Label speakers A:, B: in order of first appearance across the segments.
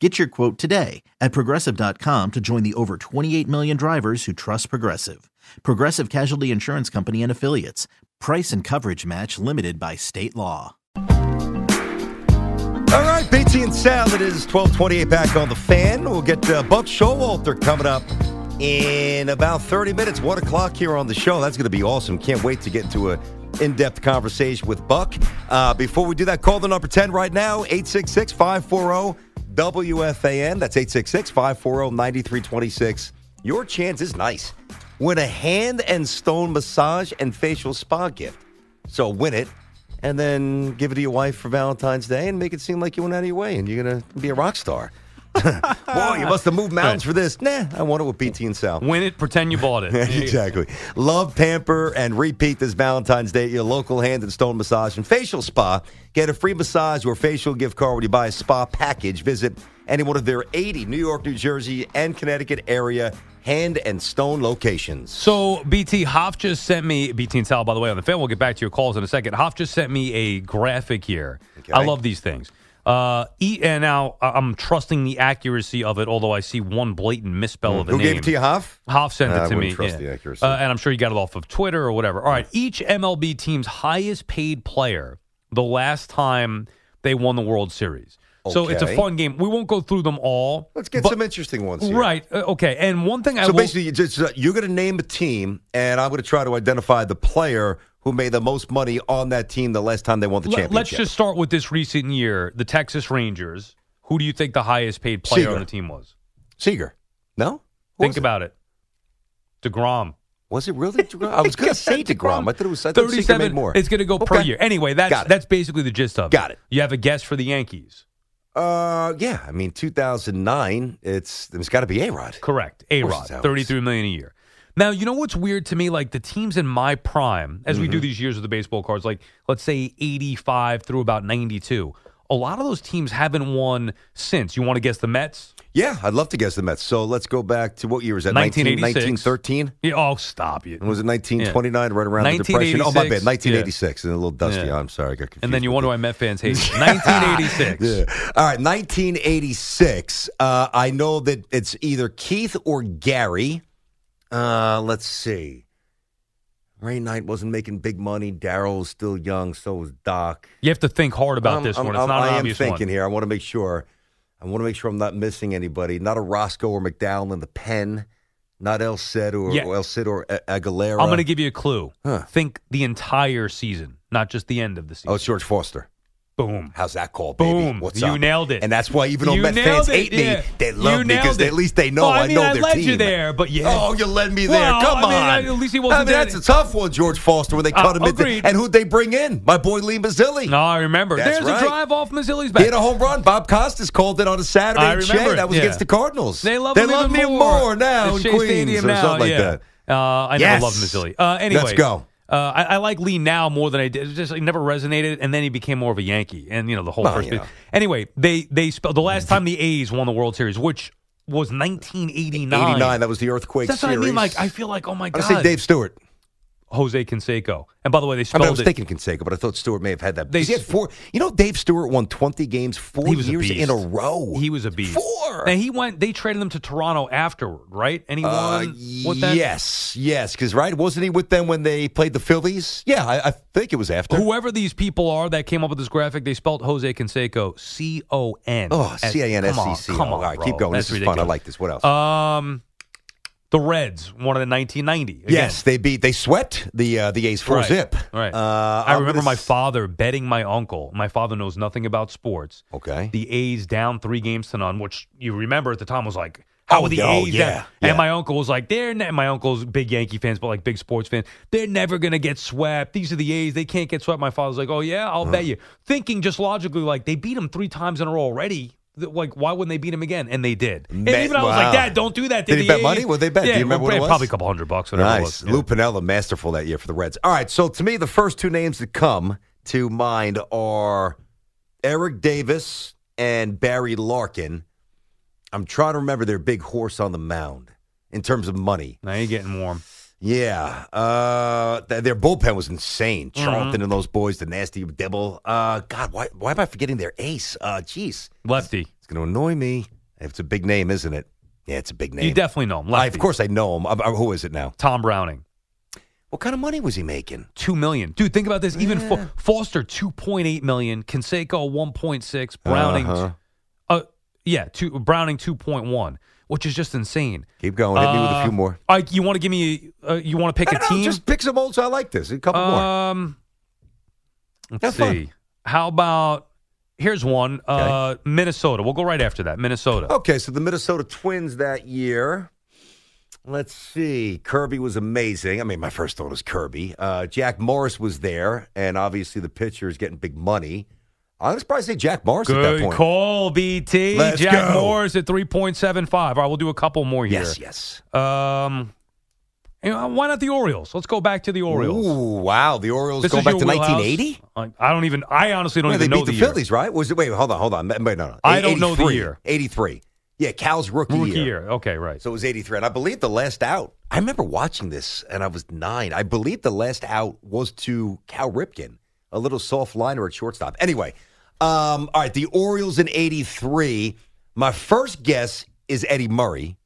A: Get your quote today at progressive.com to join the over 28 million drivers who trust Progressive. Progressive Casualty Insurance Company and Affiliates. Price and coverage match limited by state law.
B: All right, BT and Sal, it is 1228 back on the fan. We'll get uh, Buck Showalter coming up in about 30 minutes, 1 o'clock here on the show. That's going to be awesome. Can't wait to get into a in-depth conversation with Buck. Uh, before we do that, call the number 10 right now, oh, 866-540-WFAN. That's oh, 866-540-9326. Your chance is nice. Win a hand and stone massage and facial spa gift. So win it and then give it to your wife for Valentine's Day and make it seem like you went out of your way and you're going to be a rock star. Whoa, you must have moved mountains for this. Nah, I want it with BT and Sal.
C: Win it, pretend you bought it.
B: exactly. Love, pamper, and repeat this Valentine's Day at your local hand and stone massage and facial spa. Get a free massage or facial gift card when you buy a spa package. Visit any one of their 80 New York, New Jersey, and Connecticut area hand and stone locations.
C: So BT Hoff just sent me BT and Sal. By the way, on the fan, we'll get back to your calls in a second. Hoff just sent me a graphic here. I love these things. Uh, e, and now I- I'm trusting the accuracy of it, although I see one blatant misspell of a
B: Hmm. Who
C: name.
B: gave it to you, Hoff?
C: Hoff sent
B: Uh, I
C: it to
B: wouldn't
C: me.
B: trust
C: yeah.
B: the accuracy.
C: Uh, and I'm sure you got it off of Twitter or whatever. All right. Each MLB team's highest paid player the last time they won the World Series. So it's a
B: Okay.
C: fun game. We won't go through them all.
B: Let's get
C: but-
B: some interesting ones here.
C: Right. uh, okay. And one thing I
B: So
C: will,
B: basically, you just, uh, you're going to name a team, and I'm going to try to identify the player who made the most money on that team the last time they won the
C: Let-
B: championship.
C: Let's just start with this recent year, the Texas Rangers. Who do you think the highest paid player
B: Seager.
C: on the team was?
B: Seager. No. Who was
C: think
B: it?
C: about it. DeGrom.
B: Was it really Degrom? I was going to say Degrom. I thought it was I thought Seager made more.
C: It's going to go per
B: Okay.
C: year. Anyway, that's
B: Got it.
C: that's basically the gist of it.
B: Got it.
C: You have a guess for the Yankees.
B: Uh, yeah. I mean, 2009. It's it's got to be A Rod.
C: Correct. A
B: course
C: Rod,
B: it's Alex.
C: thirty-three million a year. Now you know what's weird to me, like the teams in my prime, as
B: Mm-hmm.
C: we do these years with the baseball cards, like let's say eighty-five through about ninety-two. A lot of those teams haven't won since. You want to guess the Mets?
B: Yeah, I'd love to guess the Mets. So let's go back to what year was that?
C: 1986.
B: 1913.
C: Yeah, oh, stop you.
B: Was it 1929? Right around the depression. Oh my bad, 1986. And a little dusty.
C: Yeah.
B: I'm sorry, I got confused.
C: And then you
B: with
C: wonder why Met fans hate you. 1986.
B: Yeah. All right, 1986. Uh, I know that it's either Keith or Gary. Uh, let's see. Ray Knight wasn't making big money. Daryl was still young. So was Doc.
C: You have to think hard about
B: I'm-
C: this
B: I'm-
C: one. It's
B: I'm-
C: not
B: I
C: an
B: am
C: obvious
B: thinking
C: one.
B: here. I want to make sure. I want to make sure I'm not missing anybody. Not a Roscoe or McDowell in the pen. Not El Cid or,
C: Yeah.
B: or El Cid or A- Aguilera.
C: I'm going to give you a clue.
B: Huh.
C: Think the entire season, not just the end of the season.
B: Oh, it's George Foster.
C: Boom.
B: How's that call, baby?
C: Boom.
B: What's
C: You
B: up?
C: nailed it.
B: And that's why Oh, even though
C: You
B: Met
C: nailed
B: fans hate
C: it, yeah.
B: me, they love
C: You
B: me because
C: nailed
B: they,
C: it.
B: at least they know
C: Well, I mean,
B: know
C: I
B: their
C: led
B: team.
C: you there, but yeah.
B: Oh, you led me there.
C: Well,
B: Come
C: I mean,
B: on.
C: at least he wasn't
B: I mean,
C: that-
B: that's a tough one, George Foster, when they
C: Uh,
B: cut him in.
C: agreed.
B: And who'd they bring in? My boy Lee Mazzilli.
C: No, I remember.
B: That's
C: There's
B: right.
C: a drive off Mazzilli's
B: He
C: back.
B: had a home run. Bob Costas called it on a Saturday.
C: I
B: in Shea.
C: remember it,
B: That was
C: yeah.
B: against the Cardinals.
C: They love
B: they
C: him
B: love
C: even
B: me
C: more,
B: now
C: At
B: in
C: Shea
B: Queens
C: Stadium
B: or
C: now,
B: something
C: yeah.
B: like that.
C: Uh, I
B: Yes.
C: never loved Mazzilli. Uh, anyway,
B: Let's go.
C: Uh, I, I like Lee now more than I did. It Just it never resonated, and then he became more of a Yankee, and you know the whole
B: Well,
C: first.
B: you know.
C: Anyway, they they spelled the last time the A's won the World Series, which was 1989.
B: 89. That was the earthquake
C: That's what
B: series.
C: I mean. Like I feel like oh my
B: I
C: god,
B: was thinking Dave Stewart.
C: Jose Canseco. And by the way, they
B: I,
C: spelled
B: mean, I was
C: it.
B: thinking Canseco, but I thought Stewart may have had that.
C: They-
B: Because he had four. You know, Dave Stewart won 20 games four
C: He was a
B: years
C: beast.
B: in a row.
C: he was a beast.
B: Four.
C: And he went. They traded him to Toronto afterward, right? And he
B: Uh,
C: won. what that?
B: yes, yes, because right, wasn't he with them when they played the Phillies? Yeah, I, I think it was after.
C: Whoever these people are that came up with this graphic, they spelled Jose Canseco C O N.
B: oh, C A N S C C.
C: Come on,
B: All right,
C: bro.
B: keep going.
C: That's Uh,
B: this is fun. I
C: ridiculous.
B: like this. What else?
C: Um, The Reds won it in 1990. Again,
B: Yes, they beat. They swept the uh, the A's four
C: right,
B: zip.
C: Right.
B: Uh,
C: I
B: I'm
C: remember
B: gonna
C: my
B: s-
C: father betting my uncle. My father knows nothing about sports.
B: Okay.
C: The A's down three games to none, which you remember at the time was like, how
B: Oh,
C: are the
B: no,
C: A's
B: yeah,
C: down?
B: yeah.
C: And my uncle was like, they're ne-, my uncle's big Yankee fans, but like big sports fan. They're never gonna get swept. These are the A's. They can't get swept. My father's like, oh yeah, I'll bet you. Thinking just logically, like they beat him three times in a row already. Th- Like, why wouldn't they beat him again? And they did. And
B: Man,
C: even I was
B: wow.
C: like, Dad, don't do that. to
B: Did he
C: the
B: bet
C: A's."
B: money? What'd they bet? Do
C: Yeah,
B: you remember what it was?
C: Probably a couple hundred bucks. Whatever
B: nice.
C: It was. Yeah.
B: Lou Pinella, masterful that year for the Reds. All right, so to me, the first two names that come to mind are Eric Davis and Barry Larkin. I'm trying to remember their big horse on the mound in terms of money.
C: Now you're getting warm.
B: Yeah, uh, th- their bullpen was insane.
C: Mm-hmm.
B: Charlton and those boys, the nasty devil. Uh, God, why why am I forgetting their ace? Uh, jeez,
C: Lefty.
B: it's going to annoy me. It's a big name, isn't it? Yeah, it's a big name.
C: You definitely know him.
B: I,
C: Lefty.
B: of course, I know him. Uh, who is it now?
C: Tom Browning.
B: What kind of money was he making?
C: Two million, dude. Think about this. Even Fo- Foster, two point eight million. Conseco, one point six. Browning,
B: Uh-huh.
C: uh, yeah, two. Browning, two point one, which is just insane.
B: Keep going. Hit me with a
C: Uh,
B: few more.
C: I, you want to give me? Uh, you want to pick a
B: I don't know,
C: team?
B: just pick some old. So I like this. A couple more.
C: um, let's
B: Have fun.
C: see. How about? Here's one. Uh, Minnesota. We'll go right after that. Minnesota.
B: Okay, so the Minnesota Twins that year. Let's see. Kirby was amazing. I mean, my first thought was Kirby. Uh, Jack Morris was there, and obviously the pitcher is getting big money. I was probably say Jack Morris at that
C: Good
B: point.
C: call, BT.
B: Let's
C: Jack
B: go.
C: Morris at three point seven five. All right, we'll do a couple more here.
B: Yes, yes.
C: Um, you know, why not the Orioles? Let's go back to the Orioles.
B: Ooh, wow. The Orioles
C: This
B: going
C: is
B: back
C: your
B: to
C: wheelhouse.
B: 1980.
C: I, I don't even. I honestly don't
B: Yeah,
C: even
B: they
C: know
B: beat the,
C: year.
B: Phillies, right? Was it? Wait, hold on, hold on. Wait, no, no.
C: I don't know the
B: 83,
C: year.
B: 83. Yeah, Cal's rookie,
C: Rookie year. Okay, right.
B: So it was 83. And I believe the last out, I remember watching this and I was nine. I believe the last out was to Cal Ripken, a little soft liner at shortstop. Anyway, um, all right, the Orioles in 83. My first guess is Eddie Murray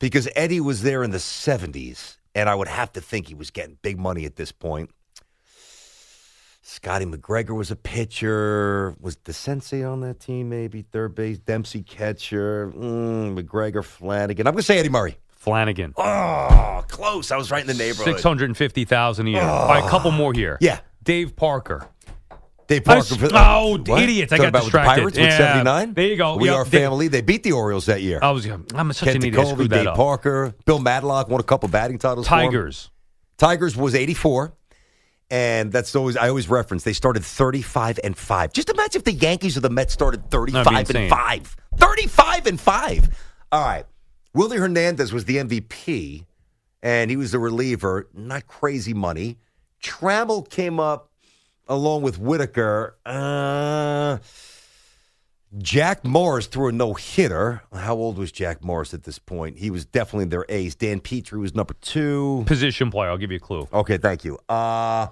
B: because Eddie was there in the 70s and I would have to think he was getting big money at this point. Scotty McGregor was a pitcher. Was the sensei on that team? Maybe third base. Dempsey catcher. Mm, McGregor Flanagan. I'm gonna say Eddie Murray.
C: Flanagan,
B: Oh, close. I was right in the neighborhood.
C: six hundred and fifty thousand a year. All right, a couple more here.
B: Oh. Yeah.
C: Dave Parker.
B: Dave Parker.
C: I s-
B: for-
C: oh,
B: what?
C: idiots, I
B: Talking
C: got
B: about
C: distracted.
B: With the Pirates with
C: Yeah.
B: 79.
C: There you go.
B: We
C: Yep,
B: are
C: Dave-
B: family. They beat the Orioles that year.
C: I was. I'm such
B: Kent
C: an idiot. I
B: Covey,
C: screwed that
B: Dave
C: up.
B: Parker, Bill Matlock won a couple batting titles. for him.
C: Tigers.
B: Tigers was 84. And that's always I always reference. They started 35 and 5. Just imagine if the Yankees or the Mets started 35 and
C: insane.
B: 5. 35 and 5. All right. Willie Hernandez was the MVP and he was the reliever, not crazy money. Trammell came up along with Whitaker. Uh, Jack Morris threw a no hitter. How old was Jack Morris at this point? He was definitely their ace. Dan Petrie was number 2.
C: Position player. I'll give you a clue.
B: Okay, thank you. Uh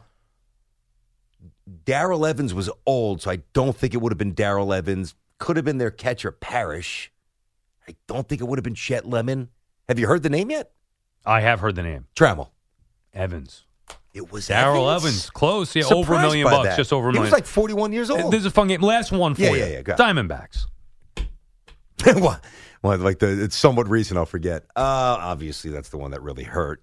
B: Daryl Evans was old, so I don't think it would have been Daryl Evans. Could have been their catcher Parrish. I don't think it would have been Chet Lemon. Have you heard the name yet?
C: I have heard the name
B: Trammell.
C: Evans.
B: It was
C: Daryl Evans. Close. Yeah, over a
B: Surprised
C: million
B: by
C: bucks.
B: that.
C: Just over a
B: He
C: million.
B: was like 41 years old.
C: this is a fun game. Last one for
B: Yeah,
C: you.
B: yeah, yeah, go.
C: Diamondbacks.
B: well, well, like the it's somewhat recent. I'll forget. Uh, obviously, that's the one that really hurt.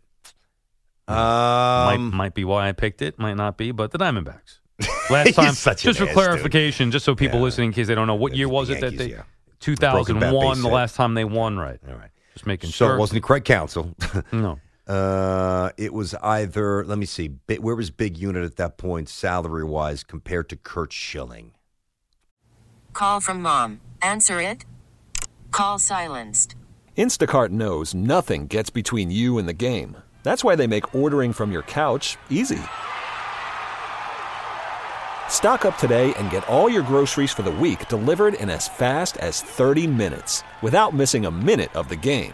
B: Um,
C: Hmm. might, might be why I picked it. Might not be, but the Diamondbacks. Last time,
B: He's such an
C: just for
B: ass,
C: clarification, just so people
B: Yeah.
C: listening in case they don't know, what
B: The
C: year was it that
B: Yankees,
C: they?
B: yeah. Broken bat
C: 2001,
B: base
C: the
B: hit.
C: last time they won, right?
B: all right.
C: Just making
B: So
C: sure.
B: it wasn't Craig Council.
C: No.
B: Uh, it was either let me see, Bi- where was Big Unit at that point, salary wise, compared to Kurt Schilling?
D: Call from mom. Answer it. Call silenced.
E: Instacart knows nothing gets between you and the game. That's why they make ordering from your couch easy. Stock up today and get all your groceries for the week delivered in as fast as 30 minutes without missing a minute of the game.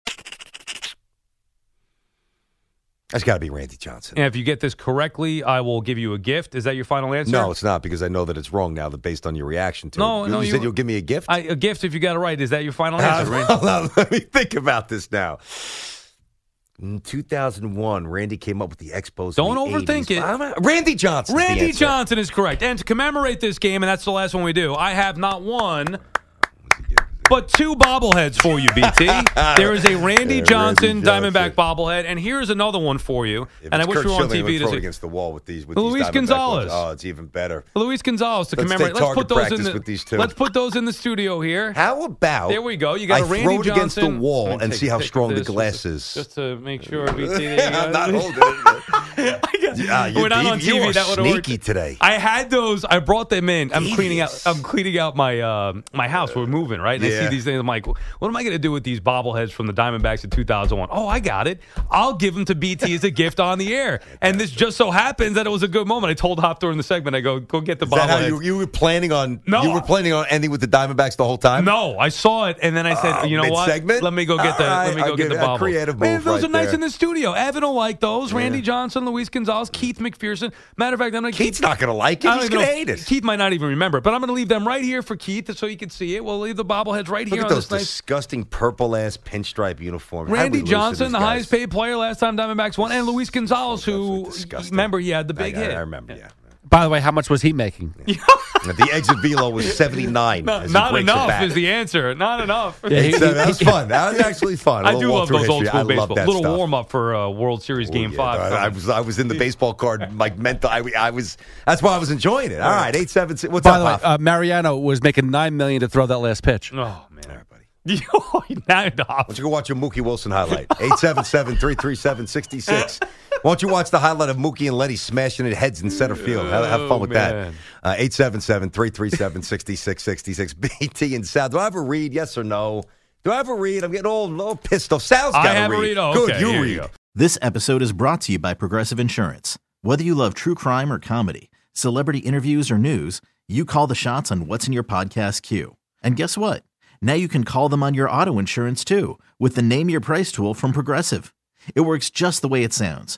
B: That's got to be Randy Johnson.
C: And if you get this correctly, I will give you a gift. Is that your final answer?
B: No, it's not because I know that it's wrong now. That based on your reaction to
C: No,
B: it, you
C: no,
B: said
C: you-
B: you'll give me a gift.
C: I, a gift if you got it right. Is that your final answer,
B: Uh,
C: Randy?
B: hold on, let me think about this now. In 2001, Randy came up with the expos. in
C: Don't
B: the
C: overthink
B: 80s.
C: it.
B: I'm a- Randy Johnson.
C: Randy Johnson is correct. And to commemorate this game, and that's the last one we do, I have not one, but two bobbleheads for you, BT. there is a Randy
B: Yeah, Randy Johnson.
C: Johnson Diamondback bobblehead, and here's another one for you.
B: If
C: and I
B: it's
C: wish
B: Kurt
C: we were on
B: Schilling, I'm
C: TV to
B: thrown
C: see.
B: against the wall with these. With
C: Luis
B: these Diamondback
C: Gonzalez.
B: ones. Oh, it's even better.
C: Luis Gonzalez to
B: Let's take
C: commemorate. Let's
B: target
C: put those in
B: practice
C: the,
B: with these two.
C: Let's put those in the studio here.
B: How about
C: There we go. You got
B: I
C: a Randy
B: throw it against the
C: Johnson.
B: wall
C: Let me
B: and
C: take
B: see
C: a
B: how
C: pic of
B: strong the
C: this
B: glass
C: just to-
B: is.
C: Just to make sure, BT.
B: I'm not holding it. Ah, you-
C: We're not
B: Dave,
C: on TV.
B: you are
C: that would work.
B: sneaky today.
C: I had those. I brought them in. I'm cleaning out.
B: Devious.
C: I'm cleaning out my uh, my house. We're moving, right? And I see
B: Yeah.
C: these things. I'm like, what am I going to do with these bobbleheads from the Diamondbacks in 2001? Oh, I got it. I'll give them to BT as a gift on the air. And this just so happens that it was a good moment. I told Hop during the segment, I go, go get the
B: Is that how
C: bobbleheads.
B: you, you were planning on?
C: No,
B: you were
C: I-
B: planning on ending with the Diamondbacks the whole time.
C: no, I saw it, and then I said,
B: Uh,
C: "You know what?
B: mid-segment?
C: Let me go get the
B: All
C: let me
B: right,
C: go
B: I'll
C: get
B: give
C: the
B: you a
C: bobble."
B: creative
C: Man,
B: move
C: those
B: right
C: are nice
B: there.
C: in the studio. Evan will like those. Randy Johnson, Luis Gonzalez, Keith McPherson. Matter of fact, I'm gonna keep
B: Keith's not going to like it.
C: I don't
B: He's
C: even
B: going to
C: know-
B: hate it.
C: Keith might not even remember, it, but I'm going to leave them right here for Keith so he can see it. We'll leave the bobbleheads right
B: Look
C: here
B: at
C: on
B: those
C: this nice.
B: disgusting purple ass pinstripe uniforms. How did we
C: Randy
B: lose to
C: Johnson,
B: these
C: the
B: guys?
C: highest paid player last time Diamondbacks won, and Luis Gonzalez,
B: Absolutely
C: who
B: disgusting.
C: remember he had the
B: I-
C: big
B: I,
C: hit.
B: I remember. Yeah.
F: By the way, how much was he making?
B: the exit velo was seventy nine.
C: Not, not enough is the answer. Not enough.
F: Yeah, he-
B: that was fun. That was actually fun. A
C: I
B: little
C: do
B: walk
C: love
B: through
C: those old
B: history.
C: school
B: I love
C: baseball.
B: that
C: Little
B: stuff.
C: warm up for uh, World Series
B: Oh,
C: Game
B: yeah.
C: Five.
B: I, I was I was in the baseball card like mental. I, I was that's why I was enjoying it. All right, eight seven six. What's
F: By the way,
B: up, Hoff?
F: uh, Mariano was making nine million to throw that last pitch.
C: oh man,
B: All right, buddy.
C: now you're off.
B: Why don't you go watch a Mookie Wilson highlight? 877-337-66. Why don't you watch the highlight of Mookie and Letty smashing it heads in center field? Have, have fun with
C: Oh, man.
B: that. Uh, 877-337-6666. BT and Sal. Do I have a read? Yes or no? Do I have a read? I'm getting all, all pissed off. Sal's
C: I
B: got
C: have a read. Oh,
B: Good,
C: okay,
B: you
C: here you
B: read.
C: go.
A: This episode is brought to you by Progressive Insurance. Whether you love true crime or comedy, celebrity interviews or news, you call the shots on what's in your podcast queue. And guess what? Now you can call them on your auto insurance too with the Name Your Price tool from Progressive. It works just the way it sounds.